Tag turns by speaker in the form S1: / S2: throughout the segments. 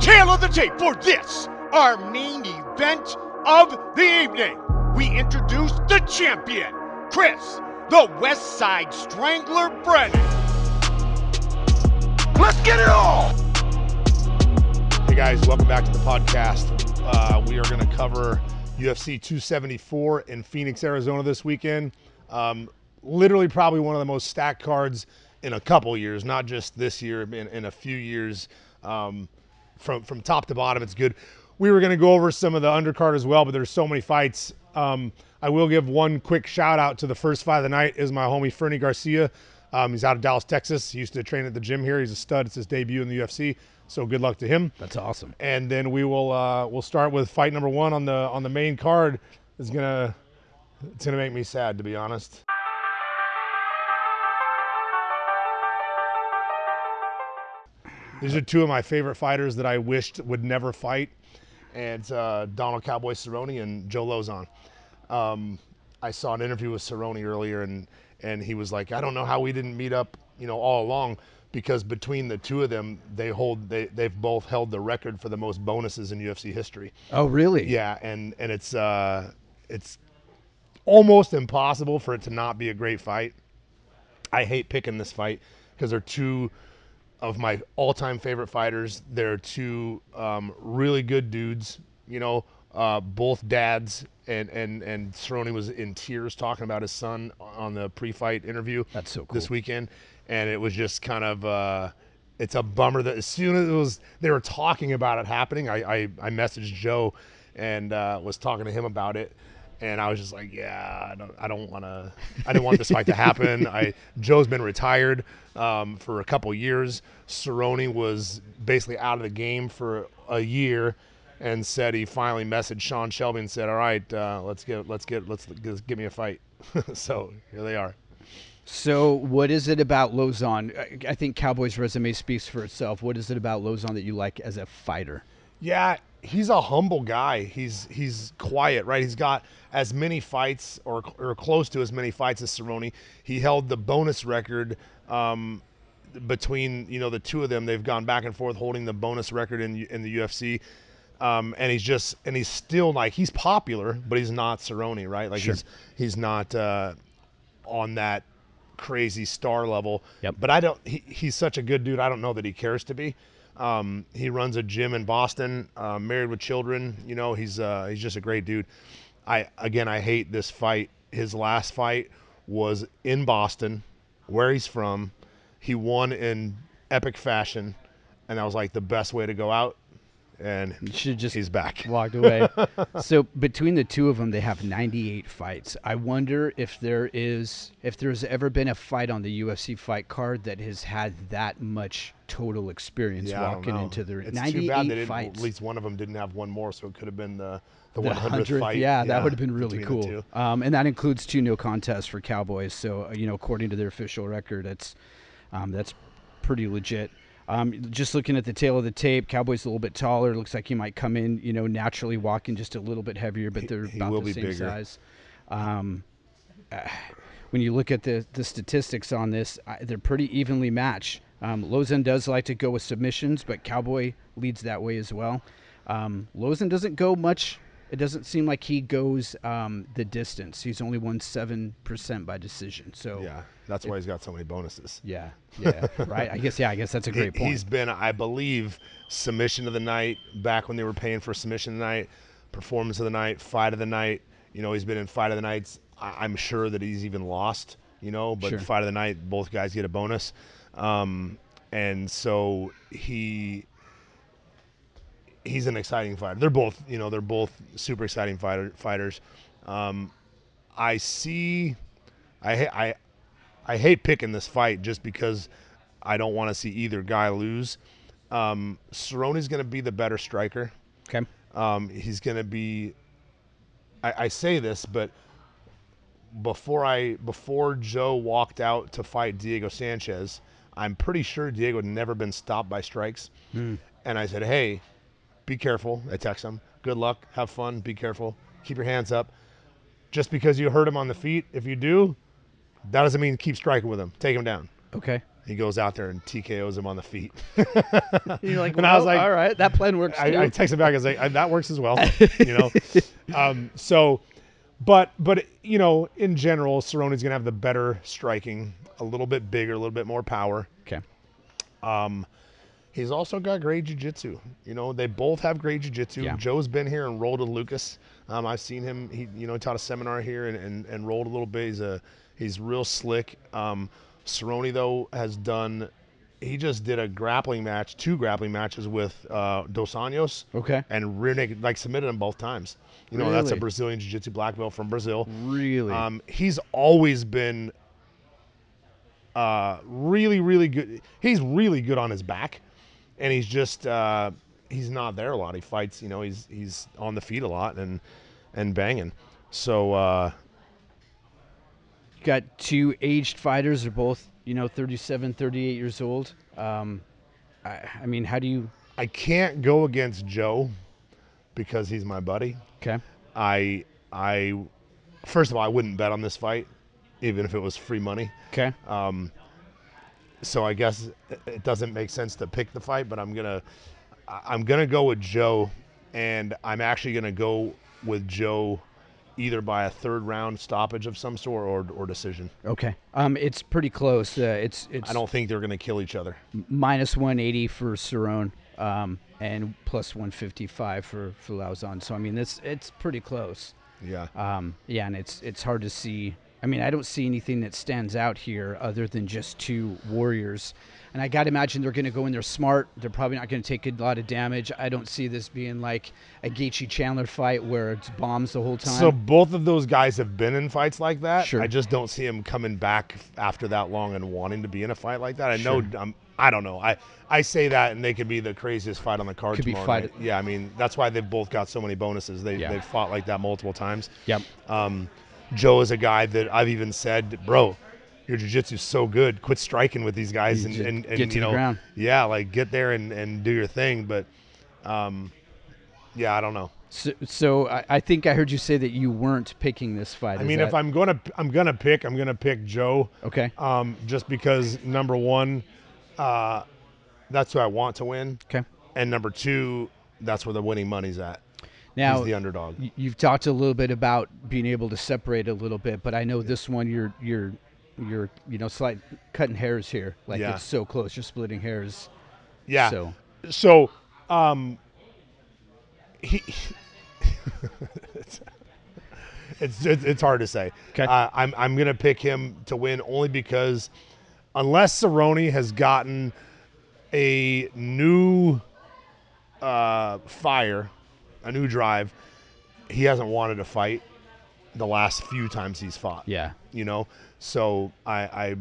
S1: tail of the tape for this, our main event of the evening. We introduce the champion, Chris, the West Side Strangler Brennan. Let's get it all!
S2: Hey guys, welcome back to the podcast. Uh, we are going to cover UFC 274 in Phoenix, Arizona this weekend. Um, literally, probably one of the most stacked cards in a couple years, not just this year, in, in a few years. Um, from from top to bottom, it's good. We were going to go over some of the undercard as well, but there's so many fights. Um, I will give one quick shout out to the first fight of the night is my homie Fernie Garcia. Um, he's out of Dallas, Texas. He used to train at the gym here. He's a stud. It's his debut in the UFC. So good luck to him
S3: That's awesome.
S2: and then we will uh, we'll start with fight number one on the on the main card. It's gonna it's gonna make me sad to be honest. These are two of my favorite fighters that I wished would never fight, and it's, uh, Donald Cowboy Cerrone and Joe Lozon. Um, I saw an interview with Cerrone earlier, and and he was like, I don't know how we didn't meet up, you know, all along, because between the two of them, they hold they they've both held the record for the most bonuses in UFC history.
S3: Oh, really?
S2: Yeah, and and it's uh it's almost impossible for it to not be a great fight. I hate picking this fight because they're two of my all-time favorite fighters. They're two um, really good dudes. You know, uh, both dads, and and and Cerrone was in tears talking about his son on the pre-fight interview.
S3: That's so
S2: This
S3: cool.
S2: weekend, and it was just kind of. Uh, it's a bummer that as soon as it was they were talking about it happening, I I, I messaged Joe, and uh, was talking to him about it, and I was just like, yeah, I don't, I don't want to, I didn't want this fight to happen. I Joe's been retired um, for a couple years. Cerrone was basically out of the game for a year, and said he finally messaged Sean Shelby and said, all right, uh, let's get, let's get, let's, let's give me a fight. so here they are.
S3: So, what is it about Lozon? I- I think Cowboy's resume speaks for itself. What is it about Lozon that you like as a fighter?
S2: Yeah, he's a humble guy. He's he's quiet, right? He's got as many fights or or close to as many fights as Cerrone. He held the bonus record um, between you know the two of them. They've gone back and forth holding the bonus record in in the UFC. Um, and he's just and he's still like he's popular, but he's not Cerrone, right? Like he's he's not uh, on that crazy star level.
S3: Yep.
S2: But I don't. He, he's such a good dude. I don't know that he cares to be. Um, he runs a gym in Boston. Uh, married with children. You know, he's uh, he's just a great dude. I again, I hate this fight. His last fight was in Boston, where he's from. He won in epic fashion, and that was like the best way to go out. And
S3: You should just
S2: he's back.
S3: walked away. so between the two of them, they have 98 fights. I wonder if there is if there's ever been a fight on the UFC fight card that has had that much total experience
S2: Yeah, I don't
S3: walking
S2: know.
S3: into their
S2: it's
S3: 98
S2: too bad that it,
S3: fights.
S2: at least one of them didn't have one more, so it could have been the the
S3: The
S2: one hundredth
S3: 100th,
S2: fight.
S3: Yeah, that would have been really
S2: between the
S3: cool.
S2: two.
S3: Um, and that includes two no contests for Cowboys. So uh, you know, according to their official record, that's um, that's pretty legit. Um, just looking at the tail of the tape, Cowboys a little bit taller. Looks like he might come in, you know, naturally walking just a little bit heavier, but they're
S2: he
S3: about
S2: will be
S3: the same
S2: bigger.
S3: size. Um, uh, when you look at the the statistics on this, I, they're pretty evenly matched. Um, Lozen does like to go with submissions, but Cowboy leads that way as well. Um, Lozen doesn't go much. It doesn't seem like he goes um, the distance. He's only won seven percent by decision. So
S2: Yeah, that's why he's got so many bonuses.
S3: yeah, yeah, right. I guess yeah. I guess that's a
S2: He-
S3: great point.
S2: He's been, I believe, submission of the night back when they were paying for submission of the night, performance of the night, fight of the night. You know, he's been in fight of the nights. I, I'm sure that he's even lost. You know, but
S3: Sure.
S2: fight of the night, both guys get a bonus, um, and so he he's an exciting fighter. They're both, you know, they're both super exciting fighter, fighters. Um, I see, I, ha- I, I hate picking this fight just because I don't want to see either guy lose. Um, Cerrone's going to be the better striker.
S3: okay.
S2: Um, he's going to be. I, I say this, but before I before Joe walked out to fight Diego Sanchez, I'm pretty sure Diego had never been stopped by strikes. And I said, "Hey, be careful." I text him, "Good luck, have fun, be careful, keep your hands up." Just because you hurt him on the feet, if you do, that doesn't mean keep striking with him. Take him down.
S3: Okay.
S2: He goes out there and TKOs him on the feet.
S3: You're like,
S2: And I was
S3: "Well,
S2: like-
S3: all right, that plan works too.
S2: I, I text him back. I was like, "Uh, that works as well, you know. Um, so, but but you know, in general, Cerrone's gonna have the better striking, a little bit bigger, a little bit more power.
S3: okay.
S2: He's also got great jiu-jitsu. You know, they both have great jiu-jitsu.
S3: Yeah.
S2: Joe's been here and rolled with Lucas. Um, I've seen him. He you know taught a seminar here and, and, and rolled a little bit. He's a he's real slick. Um, Cerrone though has done. He just did a grappling match, two grappling matches with uh, Dos Anjos
S3: Okay.
S2: and rear naked, like submitted him both times. You know, that's a
S3: Really?
S2: Brazilian Jiu Jitsu black belt from Brazil.
S3: Really?
S2: Um, he's always been uh, really, really good. He's really good on his back, and he's just uh, he's not there a lot. He fights, you know, he's he's on the feet a lot and and banging. So uh,
S3: got two aged fighters they're both you know 37 38 years old um, I, I mean how do you
S2: I can't go against Joe because he's my buddy.
S3: okay
S2: I I first of all, I wouldn't bet on this fight, even if it was free money.
S3: okay
S2: Uh, so I guess it- it doesn't make sense to pick the fight, but I'm gonna I- I'm gonna go with Joe, and I'm actually gonna go with Joe either by a third round stoppage of some sort or or decision.
S3: okay um, it's pretty close uh, it's it's
S2: I don't think they're gonna kill each other.
S3: minus 180 for Cerrone um, and plus 155 for for Lauzon so I mean it's it's pretty close
S2: Yeah.
S3: um, yeah and it's it's hard to see I mean I don't see anything that stands out here other than just two warriors and I gotta imagine they're gonna go in there smart they're probably not gonna take a lot of damage I don't see this being like a Gaethje Chandler fight where it's bombs the whole time
S2: So both of those guys have been in fights like that.
S3: Sure.
S2: I just don't see him coming back after that long and wanting to be in a fight like that. I know. Um, I don't know. I I say that, and they could be the craziest fight on the card.
S3: Could be
S2: tomorrow
S3: fight-
S2: night. Yeah, I mean that's why they've both got so many bonuses. They
S3: Yeah.
S2: they've fought like that multiple times.
S3: yep
S2: Um, Joe is a guy that I've even said, bro, your jiu-jitsu's so good. Quit striking with these guys
S3: You
S2: and,
S3: just
S2: and, and
S3: get to
S2: you
S3: the
S2: know,
S3: ground."
S2: yeah, like get there and, and do your thing. But, um, yeah, I don't know.
S3: so, so I, I think I heard you say that you weren't picking this fight
S2: I mean, if I'm gonna, I'm gonna pick, I'm gonna pick Joe.
S3: okay
S2: Um, just because number one, uh, that's who I want to win,
S3: okay
S2: and number two, that's where the winning money's at.
S3: now
S2: He's the underdog.
S3: Y- You've talked a little bit about being able to separate a little bit, but I know this one you're you're you're you know slight cutting hairs here. Like
S2: Yeah.
S3: it's so close, you're splitting hairs.
S2: Yeah.
S3: So
S2: So, um, he. it's, it's it's hard to say.
S3: 'Kay.
S2: Uh, I'm I'm gonna pick him to win only because, unless Cerrone has gotten a new uh, fire, a new drive, he hasn't wanted to fight the last few times he's fought.
S3: yeah,
S2: You know, so I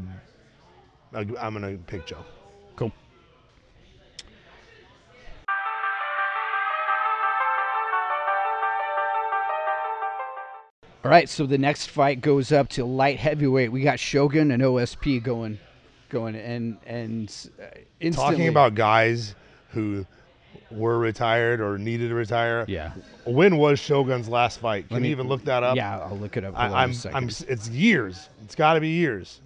S2: I I'm gonna pick Joe.
S3: cool. All right, so the next fight goes up to light heavyweight. We got Shogun and OSP going, going, and and uh, instantly
S2: talking about guys who were retired or needed to retire.
S3: Yeah.
S2: When was Shogun's last fight? Can
S3: me-
S2: you even look that up?
S3: Yeah, I'll look it up. Hold on
S2: I,
S3: a
S2: I'm, I'm.
S3: second.
S2: It's years. It's got to be years.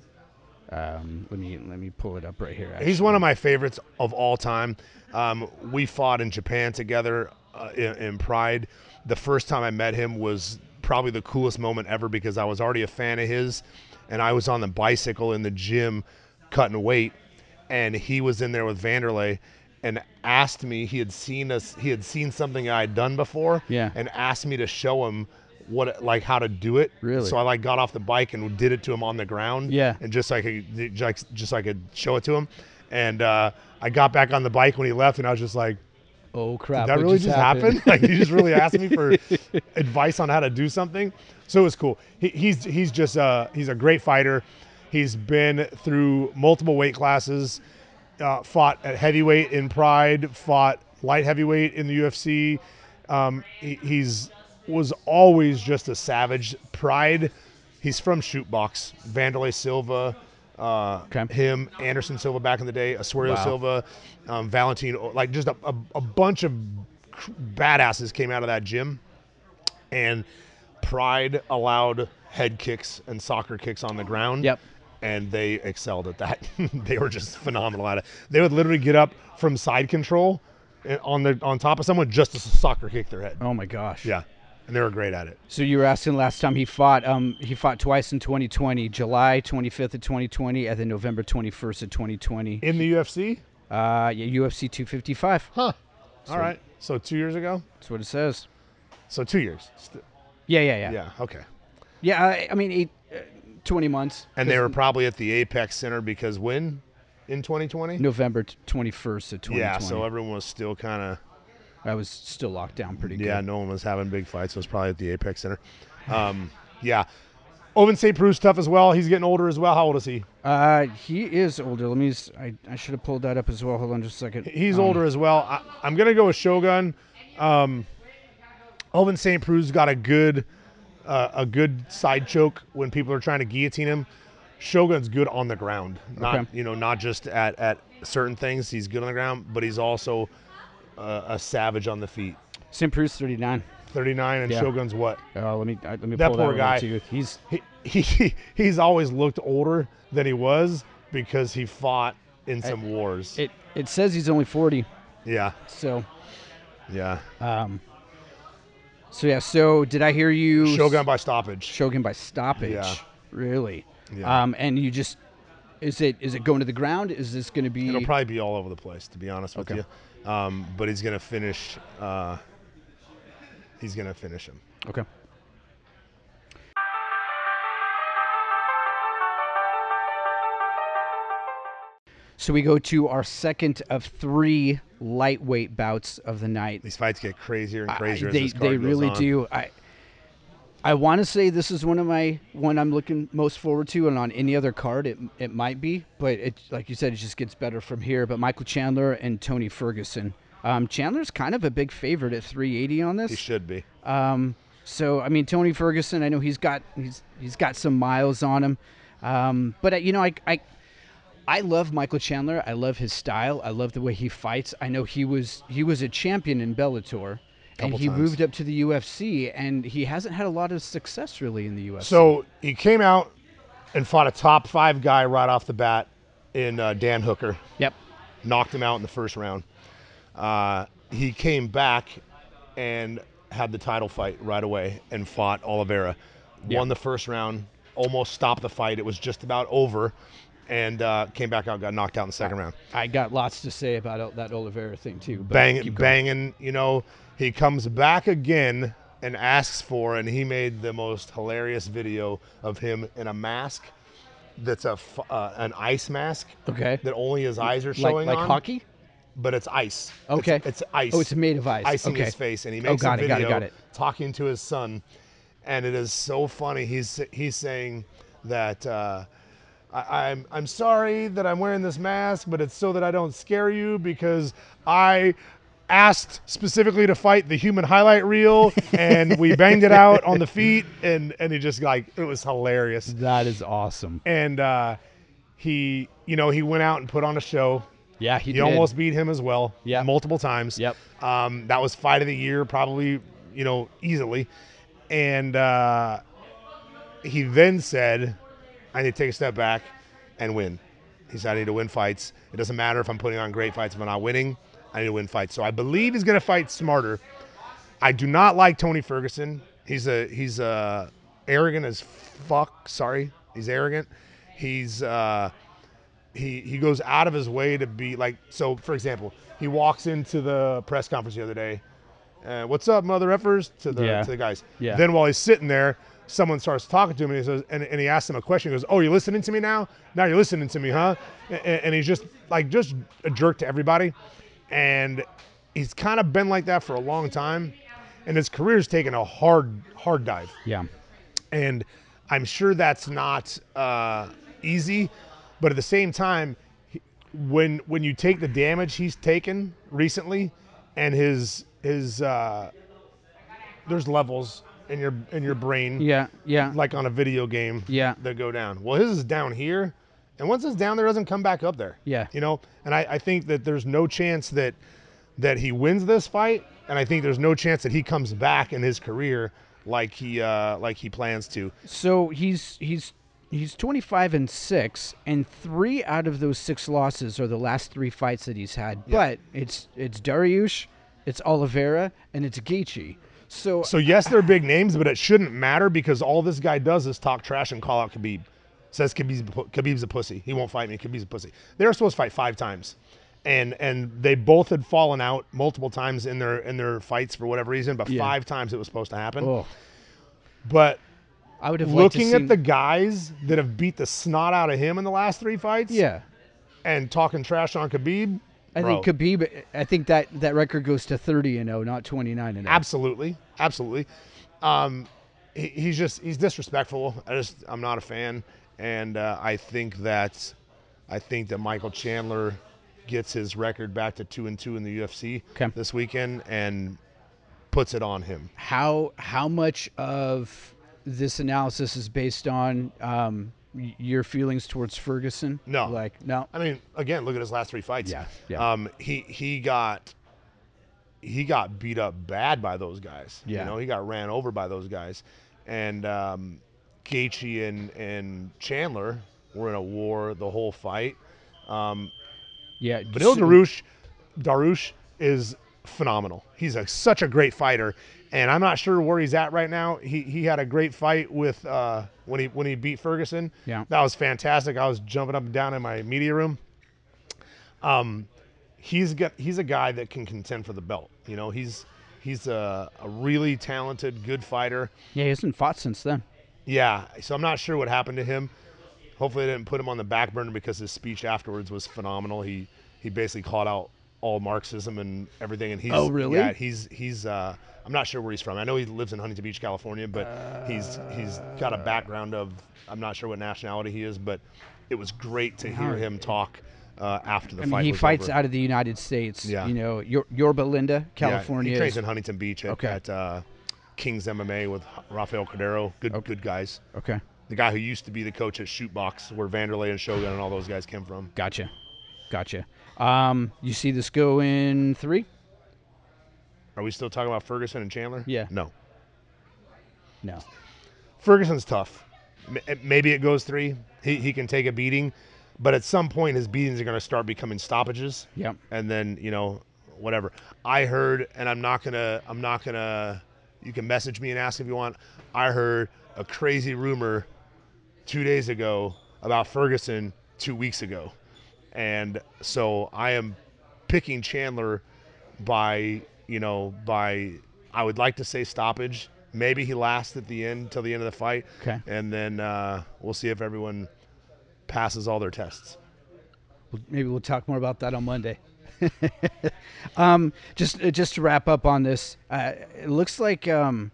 S3: Um, let me let me pull it up right here.
S2: He's one of my favorites of all time. Um, we fought in Japan together uh, in, in Pride. The first time I met him was probably the coolest moment ever because I was already a fan of his, and I was on the bicycle in the gym cutting weight, and he was in there with Vanderlei, and asked me he had seen us he had seen something I had done before,
S3: Yeah.
S2: and asked me to show him what like how to do it.
S3: Really?
S2: So I like got off the bike and did it to him on the ground
S3: Yeah.
S2: and just so I could just, just so I could show it to him. And uh, I got back on the bike when he left, and I was just like,
S3: Oh crap!
S2: "That
S3: what
S2: really just happened? like, he just really asked me for advice on how to do something." So it was cool. He, he's he's just uh, he's a great fighter. He's been through multiple weight classes, uh, fought at heavyweight in Pride, fought light heavyweight in the UFC. Um, he, he's was always just a savage. Pride. He's from Shootbox. Vandalay Silva. Uh,
S3: Okay.
S2: him, Anderson Silva back in the day, Asuero
S3: Wow.
S2: Silva, um, Valentino, like just a, a, a bunch of cr- badasses came out of that gym. And Pride allowed head kicks and soccer kicks on the ground.
S3: Yep.
S2: and they excelled at that. they were just phenomenal at it. They would literally get up from side control eh, on the on top of someone just to soccer kick their head.
S3: Oh my gosh.
S2: Yeah, and they were great at it.
S3: So you were asking last time he fought. Um, he fought twice in 2020, July 25th of 2020, and then November 21st of 2020.
S2: In the UFC,
S3: Uh, yeah, UFC 255.
S2: huh? All right. So two years ago.
S3: That's what it says.
S2: So two years. St-
S3: Yeah, yeah, yeah. Yeah,
S2: Yeah. Okay.
S3: I, I mean, eight, uh, 20 months.
S2: And they were probably at the Apex Center because when in 2020.
S3: November t- 21st of 2020.
S2: Yeah. So everyone was still kind of.
S3: I was still locked down pretty
S2: Yeah,
S3: good.
S2: no one was having big fights. So it was probably at the Apex Center. Um, yeah. Ovin St. Peru's tough as well. He's getting older as well. How old is he?
S3: Uh, he is older. Let me. s- I, I should have pulled that up as well. Hold on just a second.
S2: He's
S3: Um,
S2: older as well. I, I'm going to go with Shogun. Um, Ovin St. Peru's got a good uh, a good side choke when people are trying to guillotine him. Shogun's good on the ground. Not
S3: Okay.
S2: you know, not just at, at certain things. He's good on the ground, but he's also uh, a savage on the feet.
S3: St. Peru's 39.
S2: 39 and
S3: Yeah.
S2: Shogun's what?
S3: Uh, let me. I, let me
S2: That
S3: pull
S2: poor
S3: that one
S2: guy.
S3: up to you. He's
S2: he, he he's always looked older than he was because he fought in some wars.
S3: It it says he's only 40.
S2: yeah,
S3: So
S2: yeah.
S3: um so yeah, so did I hear you s-
S2: Shogun by stoppage.
S3: Shogun by stoppage.
S2: Yeah.
S3: Really?
S2: Yeah.
S3: Um and you just is it is it going to the ground? Is this going to be
S2: It'll probably be all over the place, to be honest with
S3: Okay.
S2: you. Um, but he's gonna finish. Uh, he's gonna finish him.
S3: Okay. So we go to our second of three lightweight bouts of the night.
S2: These fights get crazier and
S3: I-
S2: crazier. as
S3: they
S2: this card
S3: they
S2: goes
S3: really
S2: on.
S3: do. I I want to say this is one of my one I'm looking most forward to, and on any other card it it might be, but it like you said, it just gets better from here. But Michael Chandler and Tony Ferguson. Um, Chandler's kind of a big favorite at 380 on
S2: He
S3: this.
S2: should be.
S3: Um, so I mean, Tony Ferguson, I know he's got he's he's got some miles on him, um, but uh, you know, I, I I love Michael Chandler. I love his style. I love the way he fights. I know he was he was a champion in Bellator, and
S2: Couple
S3: he
S2: times.
S3: moved up to the UFC, and he hasn't had a lot of success really in the UFC.
S2: So he came out and fought a top five guy right off the bat in uh, Dan Hooker.
S3: yep,
S2: knocked him out in the first round. Uh, he came back and had the title fight right away and fought Oliveira.
S3: Yeah.
S2: Won the first round, almost stopped the fight. It was just about over, and uh, came back out, got knocked out in the second round.
S3: I got lots to say about o- that Oliveira thing too. But
S2: Bang,
S3: keep going.
S2: banging, you know, he comes back again and asks for, and he made the most hilarious video of him in a mask that's a f- uh, an ice mask
S3: Okay.
S2: that only his eyes are
S3: Like
S2: showing
S3: like
S2: on
S3: hockey.
S2: but it's ice. It's-
S3: Okay.
S2: It's, ice.
S3: Oh, it's made of ice.
S2: Icing
S3: Okay.
S2: his face, and he
S3: Oh,
S2: makes
S3: got
S2: a
S3: it, got it,
S2: video
S3: got it.
S2: talking to his son, and it is so funny. He's he's saying that. Uh, I, I'm I'm sorry that I'm wearing this mask, but it's so that I don't scare you because I asked specifically to fight the human highlight reel, and we banged it out on the feet, and and he just like it was hilarious
S3: That is awesome.
S2: and uh, he you know he went out and put on a show.
S3: Yeah, he
S2: he
S3: did.
S2: almost beat him as well.
S3: Yep.
S2: multiple times.
S3: Yep.
S2: um, that was fight of the year, probably you know easily, and uh, he then said, "I need to take a step back and win." He said, "I need to win fights. It doesn't matter if I'm putting on great fights if I'm not winning. I need to win fights." So I believe he's going to fight smarter. I do not like Tony Ferguson. He's a he's a arrogant as fuck. Sorry, he's arrogant. He's uh, he he goes out of his way to be like. So for example, he walks into the press conference the other day. Uh, What's up, mother effers? To the
S3: Yeah.
S2: to the guys.
S3: Yeah.
S2: Then while he's sitting there, someone starts talking to him and he says, and, and he asks him a question. He goes, "Oh, you're listening to me now? Now you're listening to me, huh?" And, and he's just like just a jerk to everybody, and he's kind of been like that for a long time, and his career's taken a hard hard dive
S3: Yeah.
S2: and I'm sure that's not uh, easy. But at the same time, he- when when you take the damage he's taken recently, and his his uh, there's levels in your in your brain,
S3: Yeah. Yeah.
S2: like on a video game,
S3: Yeah.
S2: that go down. Well, his is down here, and once it's down there, it doesn't come back up there.
S3: Yeah.
S2: you know. And I, I think that there's no chance that that he wins this fight, and I think there's no chance that he comes back in his career like he uh, like he plans to.
S3: So he's he's he's 25 and 6 and 3 out of those 6 losses are the last 3 fights that he's had. But it's it's Dariush, it's Oliveira, and it's Gaethje. So,
S2: So yes, they're big names, but it shouldn't matter because all this guy does is talk trash and call out Khabib. Says Khabib's, a pu- Khabib's a pussy. He won't fight me. Khabib's a pussy. They were supposed to fight five times, and and they both had fallen out multiple times in their in their fights for whatever reason. But
S3: Yeah.
S2: five times it was supposed to happen.
S3: oh,
S2: But
S3: I would have liked to
S2: looking at
S3: seen-
S2: the guys that have beat the snot out of him in the last three fights,
S3: yeah.
S2: and talking trash on Khabib,
S3: I
S2: bro,
S3: think Khabib. I think that that record goes to 30 and 0, not 29 and oh. 0.
S2: Absolutely, absolutely. Um, he, he's just he's disrespectful. I just I'm not a fan, and uh, I think that I think that Michael Chandler gets his record back to two and two in the UFC
S3: Okay.
S2: this weekend and puts it on him.
S3: how how much of this analysis is based on um, y- your feelings towards Ferguson?
S2: No.
S3: like no.
S2: I mean, again, look at his last three fights.
S3: Yeah, yeah.
S2: Um, he he got he got beat up bad by those guys.
S3: Yeah.
S2: You know, he got ran over by those guys, and um, Gaethje and and Chandler were in a war the whole fight. Um,
S3: Yeah,
S2: Benil
S3: so-
S2: Darush, Darush is phenomenal. He's a, such a great fighter, and I'm not sure where he's at right now. He he had a great fight with uh, when he when he beat Ferguson.
S3: Yeah.
S2: that was fantastic. I was jumping up and down in my media room. Um, he's got he's a guy that can contend for the belt. You know, he's he's a, a really talented, good fighter.
S3: Yeah, he hasn't fought since then.
S2: Yeah, so I'm not sure what happened to him. Hopefully, they didn't put him on the back burner because his speech afterwards was phenomenal. He he basically called out all Marxism and everything. And he's
S3: Oh, really?
S2: Yeah, he's he's uh, I'm not sure where he's from. I know he lives in Huntington Beach, California, but he's he's got a background of I'm not sure what nationality he is, but it was great to hear him talk uh, after the
S3: I
S2: fight.
S3: mean, he
S2: was
S3: fights
S2: over.
S3: out of the United States.
S2: Yeah.
S3: you know, Yor- Yorba Linda,
S2: Yeah,
S3: California.
S2: he
S3: is-
S2: trains in Huntington Beach at,
S3: Okay.
S2: at uh, King's MMA with Rafael Cordero. Good good guys.
S3: okay,
S2: the guy who used to be the coach at Shootbox, where Vanderlei and Shogun and all those guys came from.
S3: gotcha, gotcha. Um, you see this go in three?
S2: Are we still talking about Ferguson and Chandler?
S3: Yeah.
S2: No.
S3: No.
S2: Ferguson's tough. M- it- Maybe it goes three. He, he can take a beating, but at some point his beatings are going to start becoming stoppages.
S3: Yep.
S2: And then you know whatever. I heard, and I'm not gonna I'm not gonna. You can message me and ask if you want. I heard a crazy rumor two days ago about Ferguson two weeks ago, and so I am picking Chandler by you know by I would like to say stoppage. Maybe he lasts at the end till the end of the fight.
S3: Okay.
S2: And then uh, we'll see if everyone passes all their tests.
S3: We'll- maybe we'll talk more about that on Monday. um, just uh, just to wrap up on this, uh, it looks like um,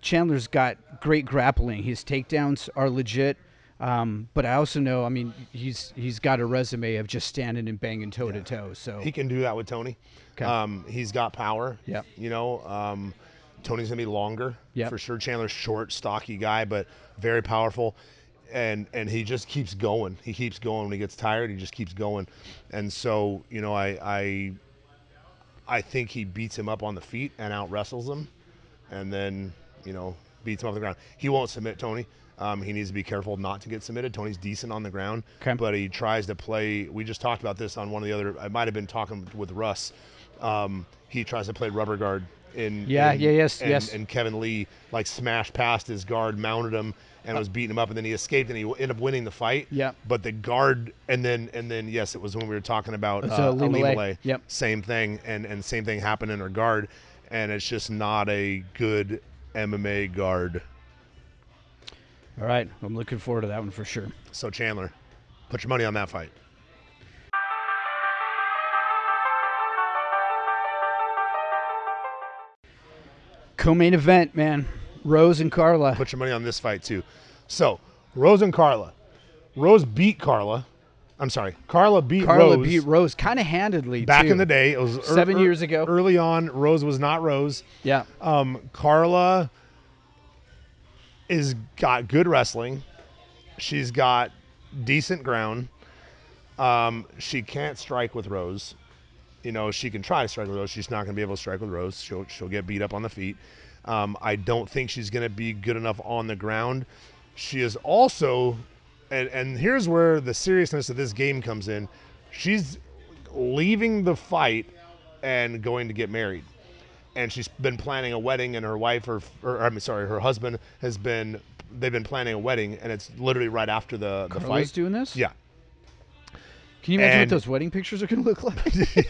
S3: Chandler's got great grappling. His takedowns are legit, um, but I also know, I mean, he's he's got a resume of just standing and banging toe to toe. So
S2: He can do that with Tony.
S3: 'Kay.
S2: Um, he's got power.
S3: Yep.
S2: You know, um, Tony's gonna be longer.
S3: Yep.
S2: For sure. Chandler's short, stocky guy, but very powerful. And and he just keeps going. He keeps going. When he gets tired, he just keeps going. And so, you know, I I I think he beats him up on the feet and out wrestles him, and then you know beats him off the ground. He won't submit Tony. Um, he needs to be careful not to get submitted. Tony's decent on the ground,
S3: Okay.
S2: but he tries to play. We just talked about this on one of the other. I might have been talking with Russ. Um, he tries to play rubber guard in
S3: Yeah,
S2: in-
S3: yeah, yes,
S2: and-
S3: yes.
S2: And Kevin Lee like smashed past his guard, mounted him, and
S3: Uh,
S2: was beating him up, and then he escaped, and he ended up winning the fight.
S3: Yep.
S2: But the guard, and then and then yes, it was when we were talking about
S3: It's,
S2: uh,
S3: uh, Lee
S2: Ali
S3: Malay.
S2: Malay.
S3: Yep.
S2: Same thing, and and same thing happened in her guard, and it's just not a good MMA guard.
S3: all right, I'm looking forward to that one for sure.
S2: So Chandler, put your money on that fight.
S3: Co-main event, man, Rose and Carla.
S2: Put your money on this fight too. So Rose and Carla, Rose beat Carla. I'm sorry, Carla beat
S3: Carla
S2: Rose.
S3: beat Rose kind of handedly.
S2: Back
S3: too.
S2: in the day, it was ear-
S3: Seven
S2: ear-
S3: years ago.
S2: Early on, Rose was not Rose.
S3: yeah,
S2: Um, Carla is got good wrestling. She's got decent ground. Um, she can't strike with Rose. You know, she can try to strike with Rose. She's not going to be able to strike with Rose. She'll she'll get beat up on the feet. Um, I don't think she's going to be good enough on the ground. She is also and, and here's where the seriousness of this game comes in. She's leaving the fight and going to get married. And she's been planning a wedding, and her wife, or, or I'm sorry, her husband has been. They've been planning a wedding, and it's literally right after the the
S3: Carla's
S2: fight.
S3: doing this?
S2: Yeah,
S3: Can you imagine
S2: And-
S3: what those wedding pictures are going to look like?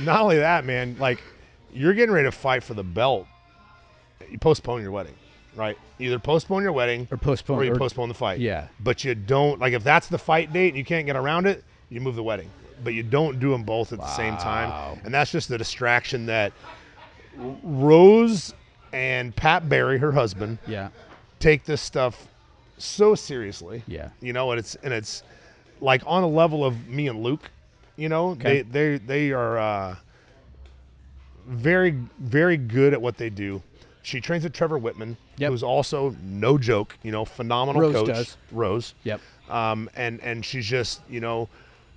S2: Not only that, man, like you're getting ready to fight for the belt. You postpone your wedding, right? Either postpone your wedding
S3: Or postpone-
S2: or you
S3: or-
S2: postpone the fight.
S3: yeah.
S2: But you don't like if that's the fight date and you can't get around it, you move the wedding. But you don't do them both at the same time. And that's just the distraction that R- Rose and Pat Barry, her husband,
S3: yeah.
S2: take this stuff so seriously.
S3: Yeah.
S2: You know, and it's and it's like on a level of me and Luke, you know,
S3: Okay.
S2: they they they are uh very very good at what they do. She trains with Trevor Whitman,
S3: Yep.
S2: who's also no joke, you know, phenomenal
S3: Rose
S2: coach.
S3: does.
S2: Rose.
S3: Yep.
S2: Um and and she's just, you know,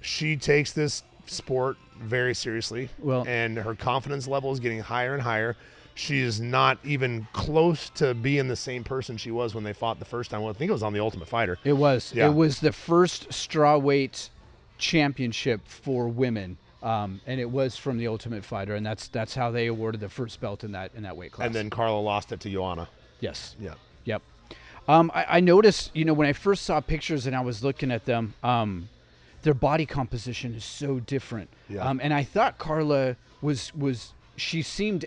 S2: she takes this sport very seriously.
S3: Well-
S2: and her confidence level is getting higher and higher. She is not even close to being the same person she was when they fought the first time. Well, I think it was on the Ultimate Fighter.
S3: It was.
S2: Yeah.
S3: It was the first straw weight championship for women, um, and it was from the Ultimate Fighter, and that's that's how they awarded the first belt in that in that weight class.
S2: and then Carla lost it to Joanna.
S3: yes,
S2: Yeah.
S3: yep. Um, I, I noticed, you know, when I first saw pictures and I was looking at them, um, their body composition is so different.
S2: Yeah.
S3: Um, and I thought Carla was was she seemed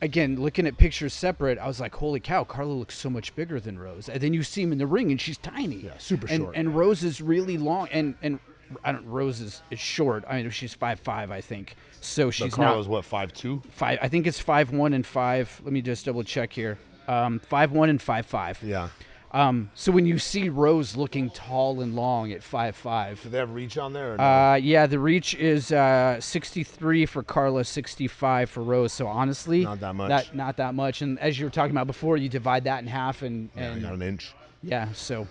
S3: again, looking at pictures separate, I was like, "Holy cow, Carla looks so much bigger than Rose." And then you see him in the ring, and she's tiny. Yeah,
S2: super
S3: and,
S2: short.
S3: And Rose is really long, and and I don't. Rose is, is short. I mean, she's five five, I think. So
S2: But
S3: she's
S2: Carla's
S3: not
S2: what five two?
S3: five. I think it's five one and five. Let me just double check here. Um, five one and five five.
S2: Yeah.
S3: Um, so when you see Rose looking tall and long at five five,
S2: Do they have reach on there? Or no?
S3: uh, yeah, the reach is uh, 63 for Carla, 65 for Rose. So honestly,
S2: Not that much.
S3: not that much. And as you were talking about before, you divide that in half, and
S2: yeah,
S3: and
S2: they got an inch.
S3: yeah, so.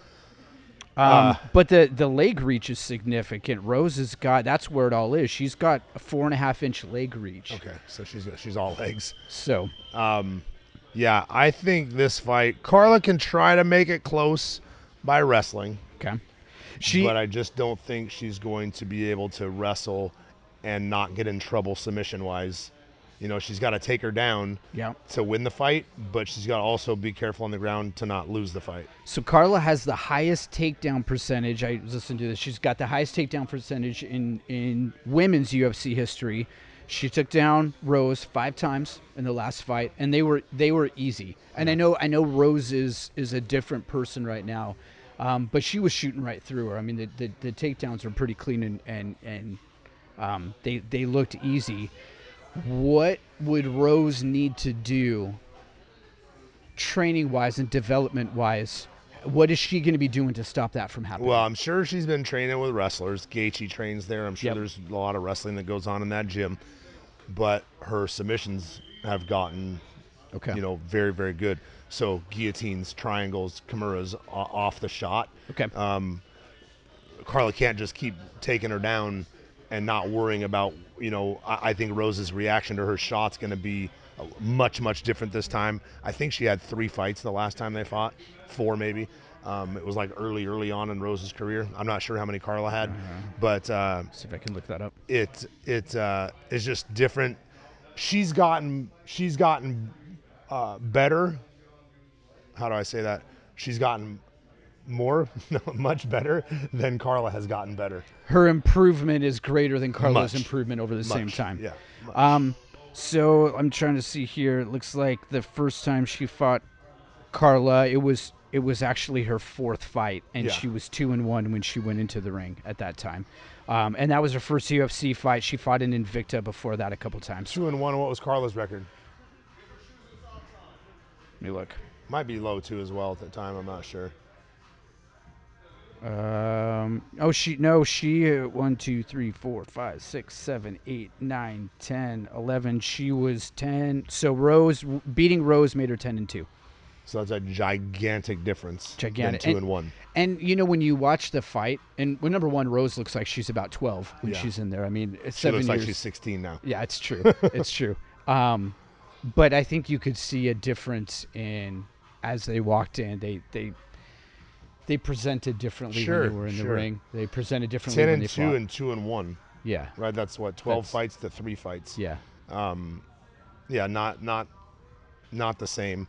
S3: Um,
S2: Uh,
S3: but the the leg reach is significant. Rose has got that's where it all is. She's got a four and a half inch leg reach.
S2: Okay, so she's she's all legs.
S3: So
S2: Yeah, I think this fight Carla can try to make it close by wrestling,
S3: okay, she
S2: but I just don't think she's going to be able to wrestle and not get in trouble submission wise. You know, she's got to take her down
S3: yeah.
S2: to win the fight, but she's got to also be careful on the ground to not lose the fight.
S3: So Carla has the highest takedown percentage. I listened to this. She's got the highest takedown percentage in in women's UFC history. She took down Rose five times in the last fight, and they were they were easy. And I know I know Rose is is a different person right now, um, but she was shooting right through her. I mean the the, the takedowns were pretty clean and and and um, they they looked easy. What would Rose need to do training wise and development wise, what is she going to be doing to stop that from happening?
S2: Well, I'm sure she's been training with wrestlers. Gaethje trains there. I'm sure
S3: Yep.
S2: there's a lot of wrestling that goes on in that gym, but her submissions have gotten,
S3: okay.
S2: you know, very very good. So guillotines, triangles, Kimura's o- off the shot.
S3: okay.
S2: uh, Carla can't just keep taking her down and not worrying about, you know, I, I think Rose's reaction to her shot's going to be uh, much, much different this time. I think she had three fights the last time they fought, four maybe. Um, it was like early, early on in Rose's career. I'm not sure how many Carla had, but uh,
S3: see if I can look that up.
S2: it it uh, is just different. She's gotten she's gotten uh, better. How do I say that? She's gotten more, no, much better than Carla has gotten better.
S3: Her improvement is greater than Carla's
S2: Much.
S3: improvement over the same
S2: Much,
S3: time.
S2: Yeah. much.
S3: Um, so I'm trying to see here. It looks like the first time she fought Carla, it was it was actually her fourth fight, and
S2: Yeah.
S3: she was two and one when she went into the ring at that time. Um, and that was her first UFC fight. She fought in Invicta before that a couple times.
S2: Two and one. What was Carla's record?
S3: Let me look.
S2: Might be low too as well at the time. I'm not sure.
S3: Um. Oh, she no, she uh, one, two, three, four, five, six, seven, eight, nine, ten, eleven. She was ten. So Rose beating Rose made her ten and two.
S2: So that's a gigantic difference. than
S3: Gigantic.
S2: two and one.
S3: And you know when you watch the fight, and well, number one, Rose looks like she's about twelve when
S2: Yeah.
S3: she's in there. I mean, it's
S2: She
S3: seven
S2: looks
S3: years.
S2: like she's 16 now.
S3: Yeah, it's true. it's true. Um, but I think you could see a difference in as they walked in. They they they presented differently
S2: Sure,
S3: when they were in the
S2: sure.
S3: ring. They presented differently
S2: Ten
S3: when they
S2: and two
S3: fought.
S2: and two and one.
S3: yeah,
S2: Right, that's what twelve
S3: That's-
S2: fights to three fights.
S3: yeah,
S2: yeah, not not not the same.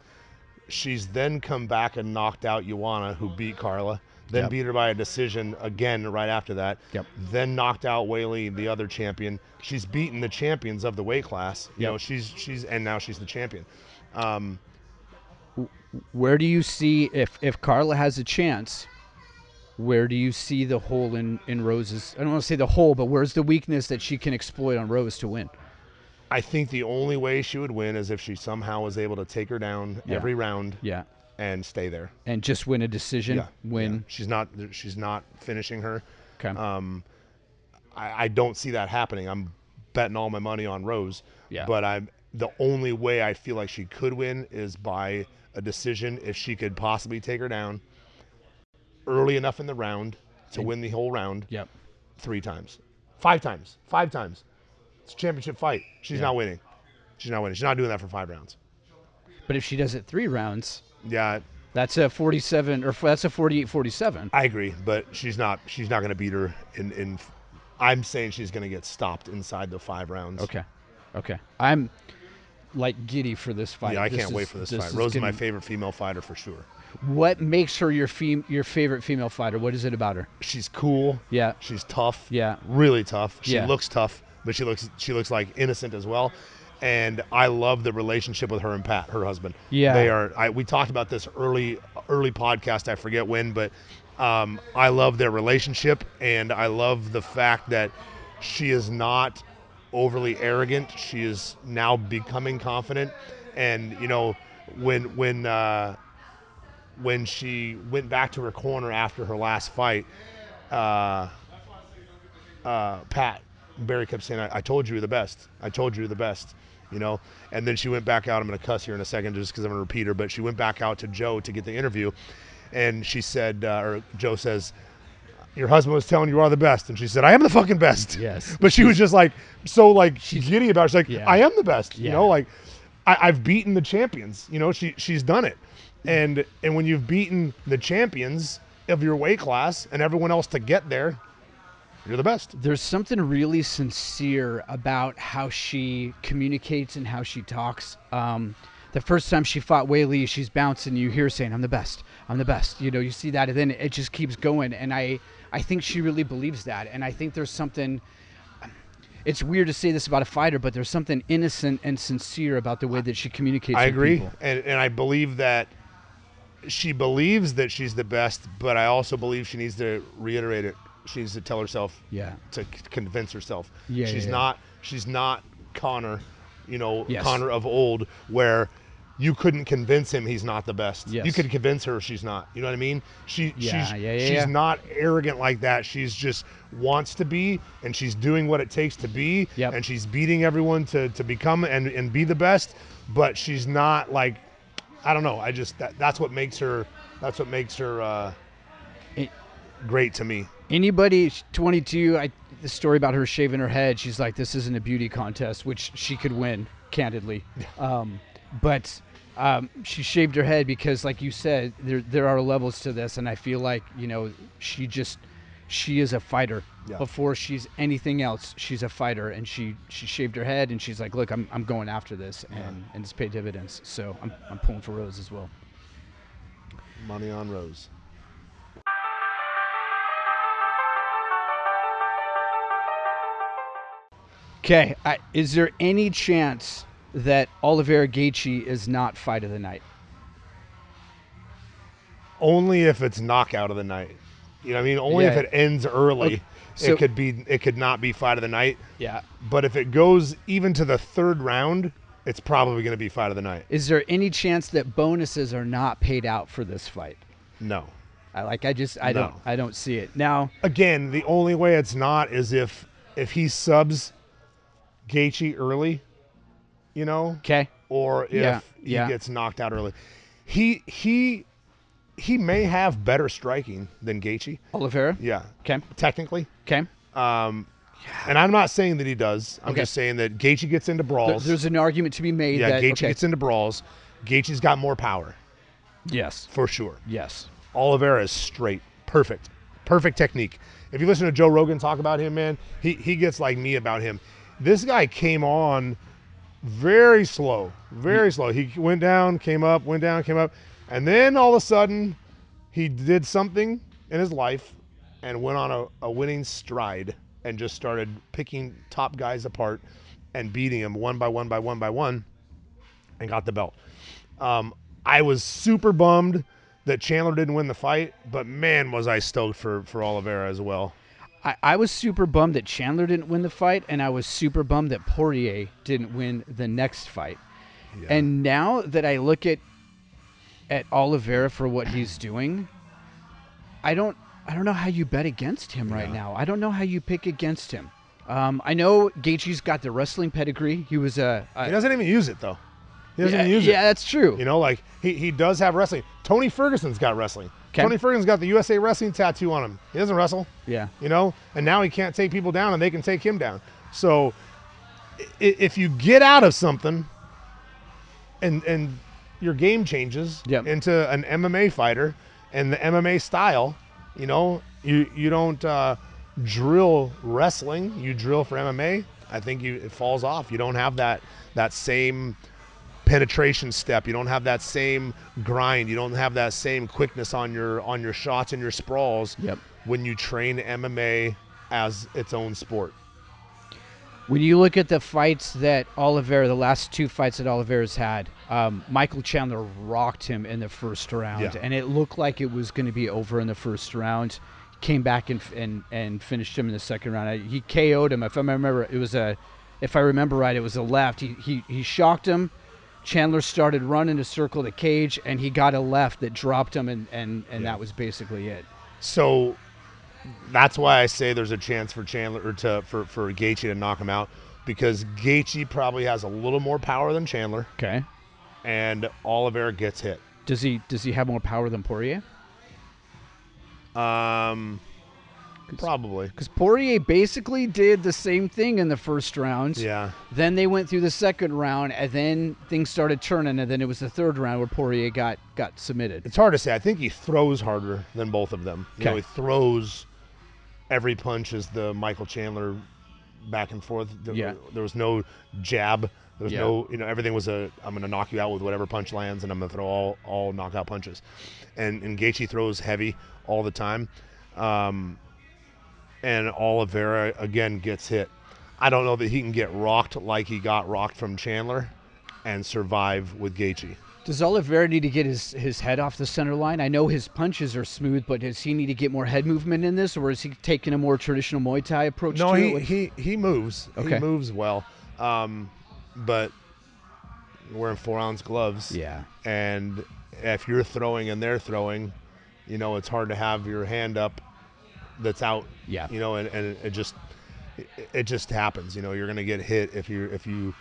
S2: She's then come back and knocked out Ioana, who beat Carla, then
S3: Yep.
S2: beat her by a decision again right after that.
S3: Yep.
S2: Then knocked out Whaley, the other champion. She's beaten the champions of the weight class. You know,
S3: Yep.
S2: she's she's and now she's the champion. Um,
S3: Where do you see if if Carla has a chance? Where do you see the hole in in Rose's? I don't want to say the hole, but where's the weakness that she can exploit on Rose to win?
S2: I think the only way she would win is if she somehow was able to take her down
S3: Yeah.
S2: every round
S3: Yeah,
S2: and stay there.
S3: and just win a decision.
S2: Yeah.
S3: win.
S2: She's not she's not finishing her.
S3: Okay.
S2: Um, I, I don't see that happening. I'm betting all my money on Rose.
S3: Yeah.
S2: But I'm the only way I feel like she could win is by a decision if she could possibly take her down early enough in the round to win the whole round
S3: yep.
S2: three times, five times, five times. It's a championship fight. She's not winning. She's not winning. She's not doing that for five rounds.
S3: But if she does it three rounds,
S2: Yeah,
S3: that's a 47 or f- that's a 48 47.
S2: I agree, but she's not. She's not going to beat her in. in I'm saying she's going to get stopped inside the five rounds.
S3: Okay. Okay. I'm like giddy for this fight.
S2: Yeah, I
S3: This
S2: can't wait
S3: is-
S2: for this, fight.
S3: is
S2: Rose is my
S3: gonna-
S2: favorite female fighter for sure.
S3: What makes her your fem- your favorite female fighter? What is it about her?
S2: She's cool.
S3: Yeah.
S2: She's tough.
S3: Yeah.
S2: Really tough. She
S3: Yeah.
S2: looks tough, but she looks she looks like innocent as well. And I love the relationship with her and Pat, her husband.
S3: Yeah.
S2: They are I, we talked about this early early podcast, I forget when, but um, I love their relationship and I love the fact that she is not overly arrogant. She is now becoming confident. And you know, when when uh when she went back to her corner after her last fight, uh, uh, Pat Barry kept saying, I, "I told you the best. I told you the best." You know, and then she went back out. I'm going to cuss here in a second, just because I'm going to repeat her. But she went back out to Joe to get the interview, and she said, uh, or Joe says, "Your husband was telling you are the best," and she said, "I am the fucking best."
S3: Yes.
S2: But she was just like so like giddy about. It. She's like,
S3: Yeah.
S2: "I am the best." You
S3: Yeah.
S2: know, like I, I've beaten the champions. You know, she she's done it, and and when you've beaten the champions of your weight class and everyone else to get there, you're the best.
S3: There's something really sincere about how she communicates and how she talks. Um, the first time she fought Whaley, she's bouncing. You hear her saying, "I'm the best. I'm the best." You know, you see that, and then it just keeps going. And I, I think she really believes that. And I think there's something. It's weird to say this about a fighter, but there's something innocent and sincere about the way that she communicates.
S2: I
S3: with
S2: agree,
S3: people.
S2: and and I believe that she believes that she's the best, but I also believe she needs to reiterate it. She needs to tell herself,
S3: Yeah.
S2: to c- convince herself.
S3: Yeah,
S2: she's
S3: yeah, yeah.
S2: not. She's not Connor, you know,
S3: Yes.
S2: Connor of old, where you couldn't convince him he's not the best. You
S3: Yes.
S2: could convince her she's not. You know what I mean? She,
S3: Yeah,
S2: she's,
S3: yeah, yeah,
S2: she's
S3: yeah.
S2: not arrogant like that. She's just wants to be, and she's doing what it takes to be,
S3: Yep.
S2: and she's beating everyone to to become and and be the best. But she's not like, I don't know. I just that, that's what makes her. That's what makes her uh,
S3: It-
S2: great to me.
S3: anybody 22 i the story about her shaving her head she's like this isn't a beauty contest which she could win candidly um, but um, she shaved her head because like you said there there are levels to this and i feel like you know she just she is a fighter
S2: Yeah.
S3: before she's anything else she's a fighter and she she shaved her head and she's like look i'm, I'm going after this and, and it's paid dividends so I'm, I'm pulling for rose as well
S2: Money on Rose.
S3: Okay. I, is there any chance that Oliveira Gaethje is not fight of the night?
S2: Only if it's knockout of the night. You know what I mean? Only
S3: Yeah.
S2: if it ends early.
S3: Okay, so-
S2: it could be it could not be fight of the night.
S3: Yeah.
S2: But if it goes even to the third round, it's probably gonna be fight of the night.
S3: Is there any chance that bonuses are not paid out for this fight?
S2: No.
S3: I like. I just. I don't.
S2: No.
S3: I don't see it now.
S2: Again, the only way it's not is if if he subs Gaethje early, you know?
S3: Okay.
S2: Or if
S3: Yeah,
S2: he
S3: yeah.
S2: gets knocked out early. He he he may have better striking than Gaethje.
S3: Oliveira.
S2: Yeah.
S3: Okay.
S2: Technically.
S3: Okay.
S2: Um, and I'm not saying that he does. I'm
S3: Okay.
S2: just saying that Gaethje gets into brawls.
S3: there's an argument to be made
S2: yeah,
S3: that.
S2: Gaethje
S3: okay.
S2: gets into brawls. Gaethje's got more power
S3: yes.
S2: for sure.
S3: Yes.
S2: Oliveira is straight, perfect, perfect technique. If you listen to Joe Rogan talk about him, man, he he gets like me about him. This guy came on very slow, very slow. He went down, came up, went down, came up, and then all of a sudden, he did something in his life and went on a, a winning stride and just started picking top guys apart and beating him one by one by one by one and got the belt. Um, I was super bummed that Chandler didn't win the fight, but man, was I stoked for for Oliveira as well.
S3: I, I was super bummed that Chandler didn't win the fight, and I was super bummed that Poirier didn't win the next fight. And now that I look at at Oliveira for what he's doing, I don't I don't know how you bet against him right now. I don't know how you pick against him. Um, I know Gaethje's got the wrestling pedigree. He was a, a-
S2: He doesn't even use it though. He doesn't
S3: yeah,
S2: use
S3: yeah,
S2: it.
S3: that's true.
S2: You know, like he, he does have wrestling. Tony Ferguson's got wrestling.
S3: Okay.
S2: Tony Ferguson's got the USA wrestling tattoo on him. He doesn't wrestle.
S3: yeah.
S2: you know and now he can't take people down and they can take him down so i- i- if you get out of something and and your game changes
S3: Yep.
S2: into an mma fighter and the mma style you know you you don't uh, drill wrestling you drill for mma i think you it falls off you don't have that that same penetration step. You don't have that same grind. You don't have that same quickness on your on your shots and your sprawls
S3: Yep.
S2: when you train MMA as its own sport.
S3: When you look at the fights that Oliveira, the last two fights that Oliveira's had, um, Michael Chandler rocked him in the first round,
S2: Yeah.
S3: and it looked like it was going to be over in the first round. Came back and and and finished him in the second round. I- He KO'd him. If I remember, it was a, if I remember right, it was a left. He he he shocked him. Chandler started running to circle the cage, and he got a left that dropped him, and and and that was basically it.
S2: So that's why I say there's a chance for Chandler or to for for Gaethje to knock him out because Gaethje probably has a little more power than Chandler
S3: Okay.
S2: and Oliveira gets hit.
S3: Does he does he have more power than Poirier?
S2: Um probably.
S3: Because Poirier basically did the same thing in the first round.
S2: Yeah.
S3: Then they went through the second round, and then things started turning, and then it was the third round where Poirier got got submitted.
S2: it's hard to say. I think he throws harder than both of them. You know,
S3: Okay.
S2: he throws every punch is the Michael Chandler back and forth. There,
S3: Yeah.
S2: there was no jab. There was
S3: Yeah.
S2: no, you know, everything was a I'm going to knock you out with whatever punch lands, and I'm going to throw all all knockout punches. And and Gaethje throws heavy all the time, um, and Oliveira again gets hit. I don't know that he can get rocked like he got rocked from Chandler, and survive with Gaethje.
S3: Does Oliveira need to get his, his head off the center line? I know his punches are smooth, but does he need to get more head movement in this, or is he taking a more traditional Muay Thai approach
S2: No,
S3: to
S2: he,
S3: it?
S2: he he moves.
S3: Okay.
S2: He moves well. Um, but wearing four ounce gloves.
S3: Yeah.
S2: And if you're throwing and they're throwing, you know, it's hard to have your hand up that's out.
S3: Yeah.
S2: You know, and, and it just it, it just happens. You know, you're gonna get hit if you if you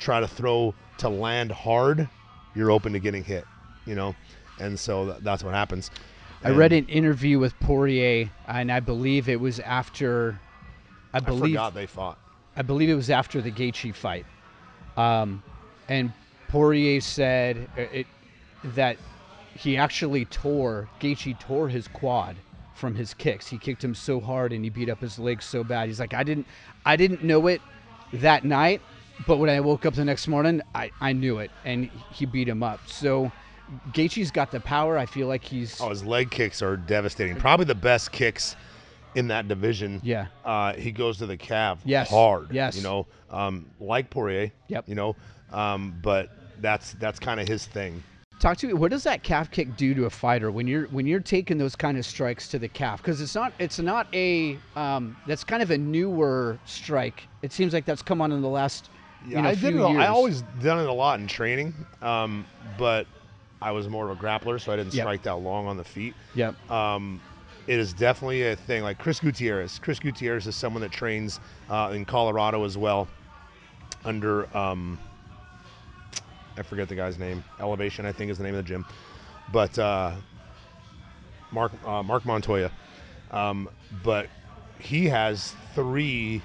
S2: try to throw to land hard, you're open to getting hit, you know? And so tha- that's what happens.
S3: I
S2: And-
S3: read an interview with Poirier, and I believe it was after. I
S2: I
S3: believe
S2: forgot they fought.
S3: I believe it was after the Gaethje fight, um, and Poirier said uh, it, that he actually tore Gaethje tore his quad from his kicks. He kicked him so hard and he beat up his legs so bad. He's like, I didn't, I didn't know it that night, but when I woke up the next morning, I, I knew it, and he beat him up. So Gaethje's got the power. I feel like he's
S2: Oh, his leg kicks are devastating. Probably the best kicks in that division.
S3: Yeah.
S2: Uh, he goes to the calf
S3: Yes.
S2: hard.
S3: Yes.
S2: You know, um, like Poirier.
S3: Yep.
S2: You know, um, but that's that's kind of his thing.
S3: Talk to me. What does that calf kick do to a fighter when you're when you're taking those kind of strikes to the calf? Because it's not it's not a um, that's kind of a newer strike. It seems like that's come on in the last you know
S2: I
S3: few
S2: did.
S3: years.
S2: I always done it a lot in training, um, but I was more of a grappler, so I didn't
S3: Yep.
S2: strike that long on the feet.
S3: yep
S2: um, it is definitely a thing. Like Chris Gutierrez. Chris Gutierrez is someone that trains uh, in Colorado as well, under um, I forget the guy's name. Elevation, I think, is the name of the gym. But uh, Mark uh, Mark Montoya. Um, but he has three,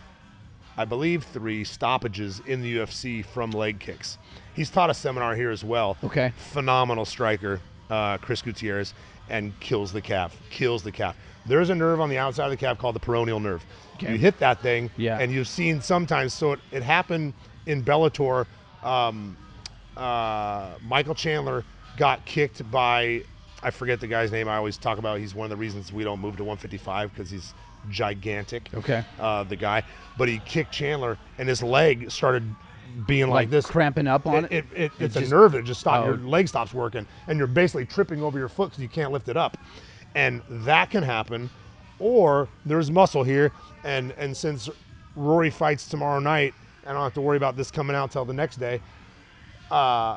S2: I believe, three stoppages in the UFC from leg kicks. He's taught a seminar here as well
S3: okay
S2: phenomenal striker, uh, Chris Gutierrez, and kills the calf. Kills the calf. There's a nerve on the outside of the calf called the peroneal nerve. You hit that thing,
S3: Yeah.
S2: and you've seen sometimes. So it, it happened in Bellator. Um, uh, Michael Chandler got kicked by I forget the guy's name. I always talk about. He's one of the reasons we don't move to 155 because he's gigantic.
S3: Okay.
S2: Uh, the guy, but he kicked Chandler, and his leg started being like,
S3: Like
S2: this,
S3: cramping up on it?
S2: It, it, it's
S3: just-
S2: a nerve that just stops.
S3: Oh.
S2: Your leg stops working, and you're basically tripping over your foot because you can't lift it up, and that can happen. Or there's muscle here, and and since Rory fights tomorrow night, I don't have to worry about this coming out till the next day uh,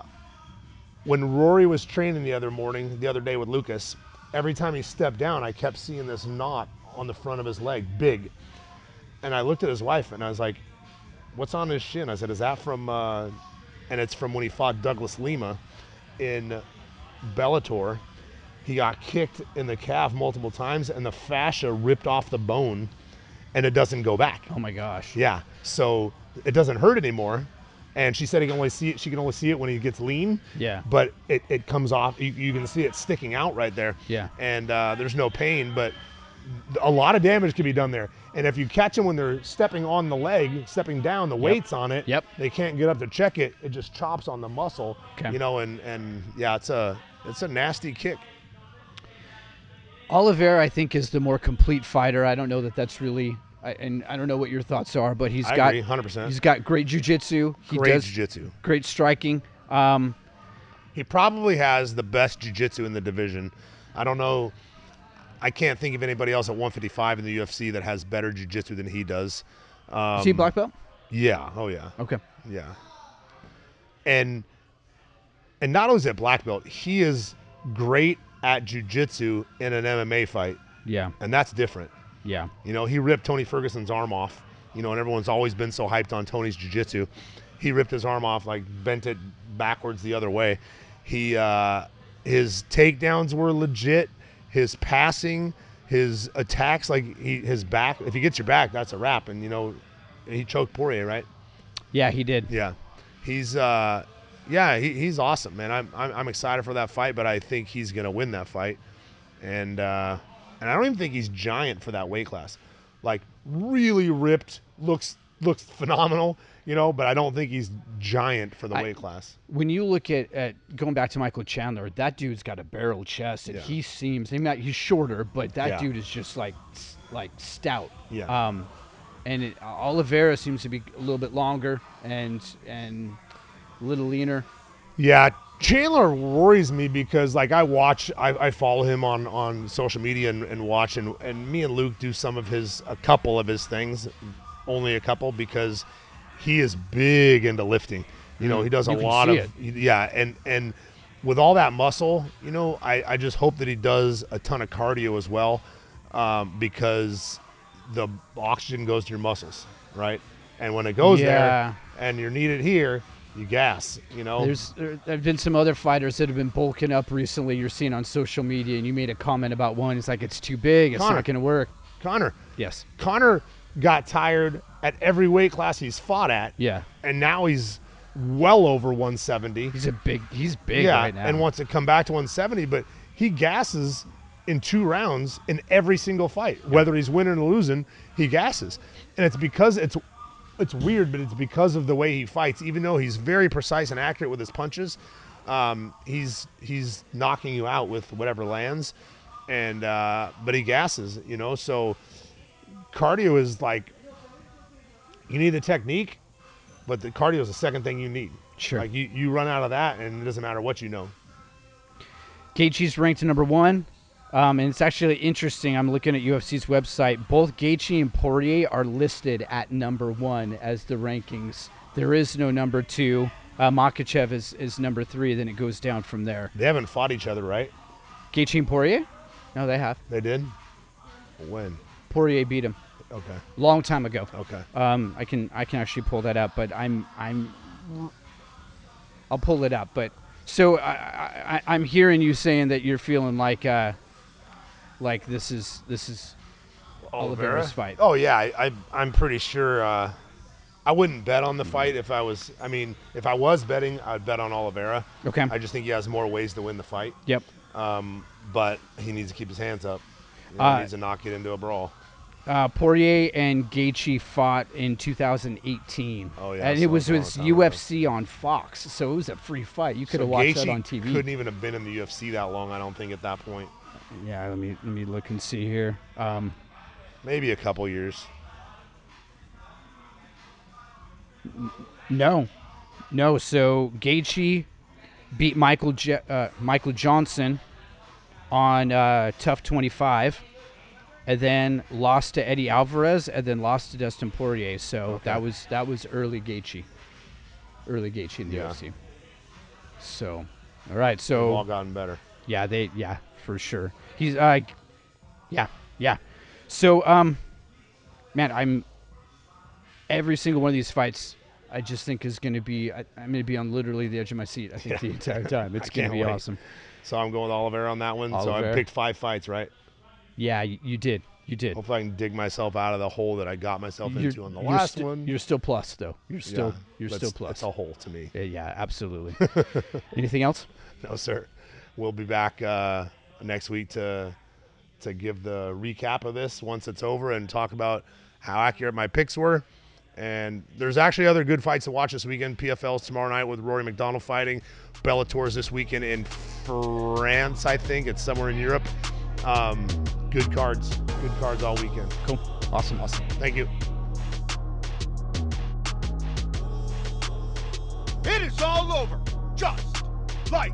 S2: when Rory was training the other morning, the other day with Lucas, every time he stepped down, I kept seeing this knot on the front of his leg, big. And I looked at his wife and I was like, "What's on his shin?" I said, "Is that from?" Uh, and it's from when he fought Douglas Lima in Bellator. He got kicked in the calf multiple times, and the fascia ripped off the bone, and it doesn't go back.
S3: Oh my gosh.
S2: Yeah. So it doesn't hurt anymore. And she said he can only see it. She can only see it when he gets lean.
S3: Yeah.
S2: But it, it comes off. You, you can see it sticking out right there.
S3: Yeah.
S2: And uh, there's no pain, but a lot of damage can be done there. And if you catch them when they're stepping on the leg, stepping down, the weight's on it.
S3: Yep.
S2: They can't get up to check it. It just chops on the muscle.
S3: 'Kay.
S2: You know, and and yeah, it's a it's a nasty kick.
S3: Oliver, I think, is the more complete fighter. I don't know that that's really, I, and I don't know what your thoughts are, but he's
S2: I
S3: got
S2: agree, 100%.
S3: He's got great jujitsu. He
S2: Great
S3: does
S2: jiu-jitsu.
S3: great striking. Um,
S2: He probably has the best jiu-jitsu in the division. I don't know. I can't think of anybody else at 155 in the UFC that has better jiu-jitsu than he does. Um,
S3: is he a black belt?
S2: Yeah. Oh yeah.
S3: Okay.
S2: Yeah. And and not only is it black belt, he is great at jiu-jitsu in an MMA fight,
S3: Yeah.
S2: and that's different.
S3: Yeah.
S2: You know, he ripped Tony Ferguson's arm off. You know, and everyone's always been so hyped on Tony's jiu-jitsu. He ripped his arm off, like bent it backwards the other way. He uh, his takedowns were legit. His passing, his attacks, like he, his back. If he gets your back, that's a wrap. And you know, he choked Poirier, right?
S3: Yeah, he did.
S2: Yeah, he's uh, yeah, he, he's awesome, man. I'm, I'm I'm excited for that fight, but I think he's gonna win that fight, and uh, and I don't even think he's giant for that weight class. Like really ripped, looks looks phenomenal, you know. But I don't think he's giant for the
S3: I-
S2: weight class.
S3: When you look at, at going back to Michael Chandler, that dude's got a barrel chest, and
S2: Yeah.
S3: he seems he might, he's shorter, but that
S2: Yeah.
S3: dude is just like s- like stout.
S2: Yeah.
S3: Um, and it, Oliveira seems to be a little bit longer and and a little leaner.
S2: Yeah, Chandler worries me because like I watch, I, I follow him on on social media and, and watch, and and me and Luke do some of his a couple of his things, only a couple because he is big into lifting. You know, he does a
S3: Mm-hmm. You can
S2: lot of
S3: see
S2: yeah, and and with all that muscle, you know, I I just hope that he does a ton of cardio as well, um, because the oxygen goes to your muscles, right? And when it goes
S3: Yeah.
S2: there, and you're needed here, you gas. You know,
S3: There's there have been some other fighters that have been bulking up recently. You're seeing on social media, and you made a comment about one. It's like it's too big. It's
S2: Connor.
S3: not going to work.
S2: Connor.
S3: Yes.
S2: Connor got tired at every weight class he's fought at.
S3: Yeah.
S2: And now he's well over 170.
S3: He's a big. He's big
S2: yeah,
S3: right now.
S2: and wants to come back to 170, but he gasses in two rounds in every single fight, whether he's winning or losing, he gasses, and it's because it's it's weird, but it's because of the way he fights. Even though he's very precise and accurate with his punches, um, he's he's knocking you out with whatever lands, and uh, but he gasses, you know. So cardio is like you need the technique, but the cardio is the second thing you need.
S3: Sure.
S2: Like you, you run out of that, and it doesn't matter what you know.
S3: Gaethje's ranked number one. Um, and it's actually interesting. I'm looking at UFC's website. Both Gaethje and Poirier are listed at number one as the rankings. There is no number two. Uh, Makachev is, is number three. Then it goes down from there.
S2: They haven't fought each other, right?
S3: Gaethje and Poirier? No, they have.
S2: They did. When?
S3: Poirier beat him
S2: Okay.
S3: long time ago.
S2: Okay.
S3: Um, I can I can actually pull that up, but I'm I'm I'll pull it up. But so I, I, I- I'm hearing you saying that you're feeling like uh, like this is this is Oliveira's fight.
S2: Oh yeah, I, I I'm pretty sure. Uh, I wouldn't bet on the fight if I was. I mean, if I was betting, I'd bet on Oliveira.
S3: Okay.
S2: I just think he has more ways to win the fight.
S3: Yep.
S2: Um, but he needs to keep his hands up. You know,
S3: Uh,
S2: he needs to knock it into a brawl.
S3: Uh, Poirier and Gaethje fought in 2018.
S2: Oh, yeah, I
S3: and
S2: saw
S3: it was
S2: that a
S3: with
S2: long time ago.
S3: UFC on Fox, so it was a free fight. You could have watched that
S2: Gaethje
S3: on TV.
S2: Couldn't even have been in the UFC that long, I don't think, at that point.
S3: Yeah, let me let me look and see here. Um,
S2: Maybe a couple years.
S3: no, no. So Gaethje beat Michael Je- uh, Michael Johnson on uh, Tough 25, and then lost to Eddie Alvarez, and then lost to Dustin Poirier. So that was that was early Gaethje, early Gaethje in the
S2: Yeah.
S3: UFC. So, all right.
S2: They've all
S3: So
S2: gotten better.
S3: yeah, they yeah for sure. He's uh, yeah, yeah. So um, man, I'm every single one of these fights. I just think is going to be. I, I'm going to be on literally the edge of my seat. I think the entire time. It's going
S2: can't
S3: to be
S2: wait.
S3: awesome.
S2: So I'm going with Oliver on that one. So I
S3: Oliveira.
S2: picked five fights, right?
S3: Yeah, you, you did. You did.
S2: Hopefully I can dig myself out of the hole that I got myself
S3: You're-
S2: into on the
S3: you're
S2: last
S3: sti-
S2: one.
S3: You're still plus though. You're
S2: Yeah,
S3: still. You're
S2: that's-
S3: still plus.
S2: That's a hole to me.
S3: Yeah, yeah, absolutely. Anything else?
S2: No, sir. We'll be back uh, next week to to give the recap of this once it's over and talk about how accurate my picks were. And there's actually other good fights to watch this weekend. PFL's tomorrow night with Rory McDonald fighting. Bellator's this weekend in France, I think. It's somewhere in Europe. Um, good cards. Good cards all weekend.
S3: Cool. Awesome. Awesome.
S2: Thank you.
S1: It is all over, just like